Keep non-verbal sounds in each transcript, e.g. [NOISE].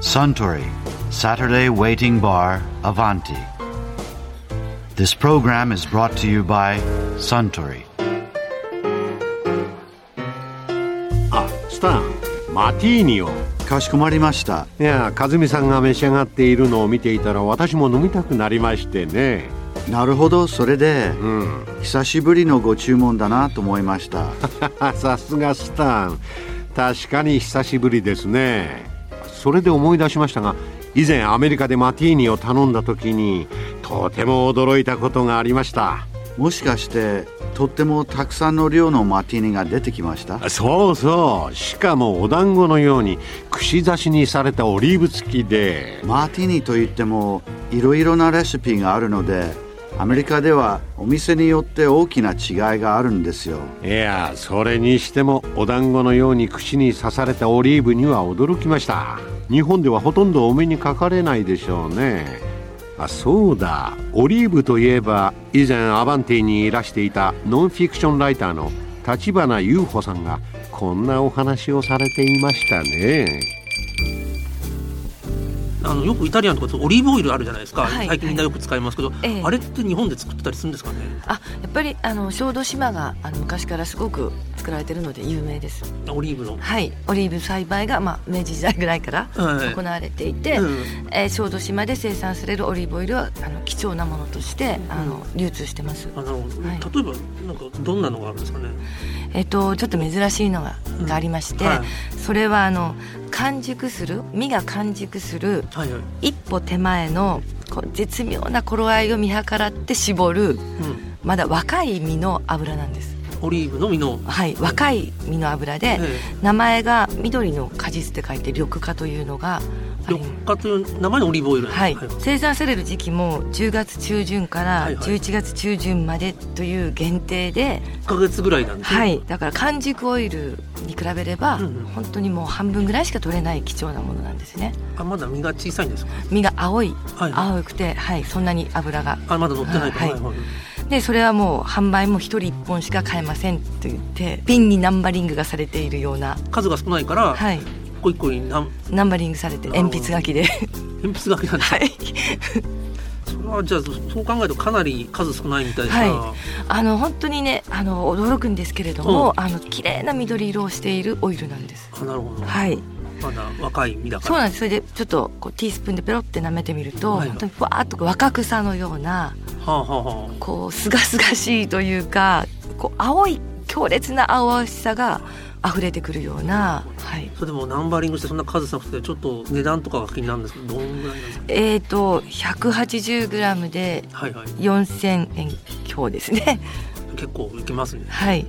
Suntory Saturday Waiting Bar Avanti. This program is brought to you by Suntory. あスターマティーニをかしこまりました。いや和美さんが召し上がっているのを見ていたら私も飲みたくなりましてねなるほど、それで、うん久しぶりのご注文だなと思いました。さすがスタン確かに久しぶりですねそれで思い出しましたが以前アメリカでマティーニを頼んだ時にとても驚いたことがありましたもしかして、とってもたくさんの量のマティーニが出てきました。そうそうしかもお団子のように串刺しにされたオリーブ付きでマーティーニといってもいろいろなレシピがあるのでアメリカではお店によって大きな違いがあるんですよいやそれにしてもお団子のように串に刺されたオリーブには驚きました日本ではほとんどお目にかかれないでしょうねあそうだオリーブといえば以前アバンティにいらしていたノンフィクションライターの立花裕穂さんがこんなお話をされていましたねあのよくイタリアンとかオリーブオイルあるじゃないですか、はい最近みんなよく使いますけど、ええあれって日本で作ってたりするんですかねあやっぱりあの小豆島があの昔からすごく作られてるので有名ですオリーブの、はいオリーブ栽培が、まあ、明治時代ぐらいからはい行われていて、うんえー小豆島で生産されるオリーブオイルはあの貴重なものとして、んあの流通してます、あなるほど、はい例えばなんかどんなのがあるんですかねえっとちょっと珍しいのが,、うんがありまして、はいそれはあの完熟する実が完熟するはいはい、一歩手前のこう絶妙な頃合いを見計らって絞るうん、まだ若い実の油なんですオリーブの実の、はい、若い実の油えで、名前が緑の果実って書いて緑化というのがえ、緑化という名前のオリーブオイルなんですはいはい、生産される時期も10月中旬かはらいはい11月中旬までという限定で、 1ヶ月ぐらいなんですね、はいだから完熟オイルに比べれば、うんうん本当にもう半分ぐらいしか取れない貴重なものなんですねあまだ実が小さいんですか実が青い、はい青くて、はい、そんなに油があまだ乗ってないから、はいでそれはもう販売も1人1本しか買えませんと言って瓶にナンバリングがされているような、数が少ないから、はい、一個一個になんナンバリングされてなるほど鉛筆書きで鉛筆書きなんです、はい、それはじゃあそう考えるとかなり数少ないみたいですが、はあの本当にねあの驚くんですけれども、あの綺麗な緑色をしているオイルなんです。あなるほど、はい、まだ若い実だからそうなんです。それでちょっとこうティースプーンでペロって舐めてみると、はい本当にふわーっとこう若草のようなはあはあはあこうすがすがしいというか、こう青い強烈な青々しさが溢れてくるような、はい。それでもナンバリングしてそんな数なくてちょっと値段とかが気になるんですけどどんぐらいなんですかえーと180グラムではいはい4000円強ですね。結構いきますねはい、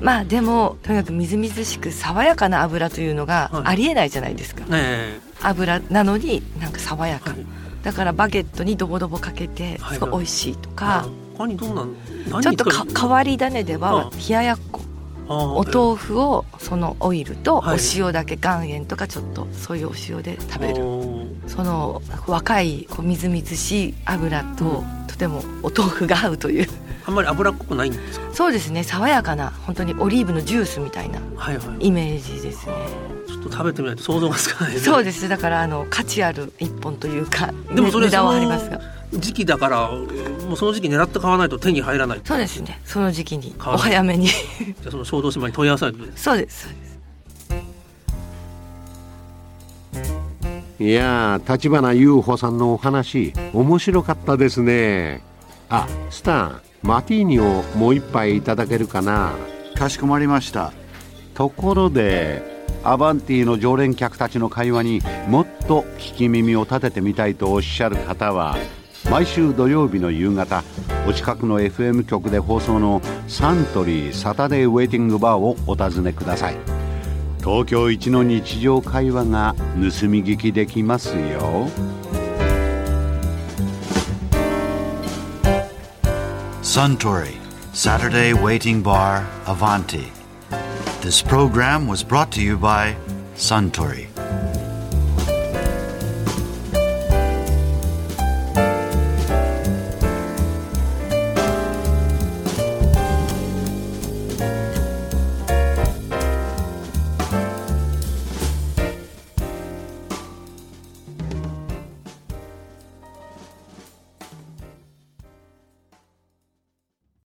まあでもとにかくみずみずしく爽やかな油というのはいがありえないじゃないですか、え油なのになんか爽やえか、はいだからバゲットにドボドボかけてはいすごい美味しいとか、あ他にどんな何ちょっと使かう変わり種でははい冷ややっこあおー豆腐をそのオイルとはいお塩だけ岩塩とかちょっとそういうお塩で食べるその若いこうみずみずしい油ととてもお豆腐が合うというあーあんまり脂っこくないんですかそうですね爽やかな本当にオリーブのジュースみたいなはいはいイメージですねちょっと食べてみないと想像がつかないですねそうですだからあの価値ある一本というかでもそれ無駄はそあのりますが時期だからもうその時期狙って買わないと手に入らないそうですねその時期に買わおない早めに [LAUGHS] じゃあその小豆島に問い合わせないとそうですそうですいやー立花裕穂さんのお話面白かったですねあスタンマティーニをもう一杯いただけるかなかしこまりましたところでアバンティの常連客たちの会話にもっと聞き耳を立ててみたいとおっしゃる方は毎週土曜日の夕方お近くの FM 局で放送のサントリーサタデーウェイティングバーをお尋ねください東京一の日常会話が盗み聞きできますよ Suntory Saturday Waiting Bar Avanti This program was brought to you by Suntory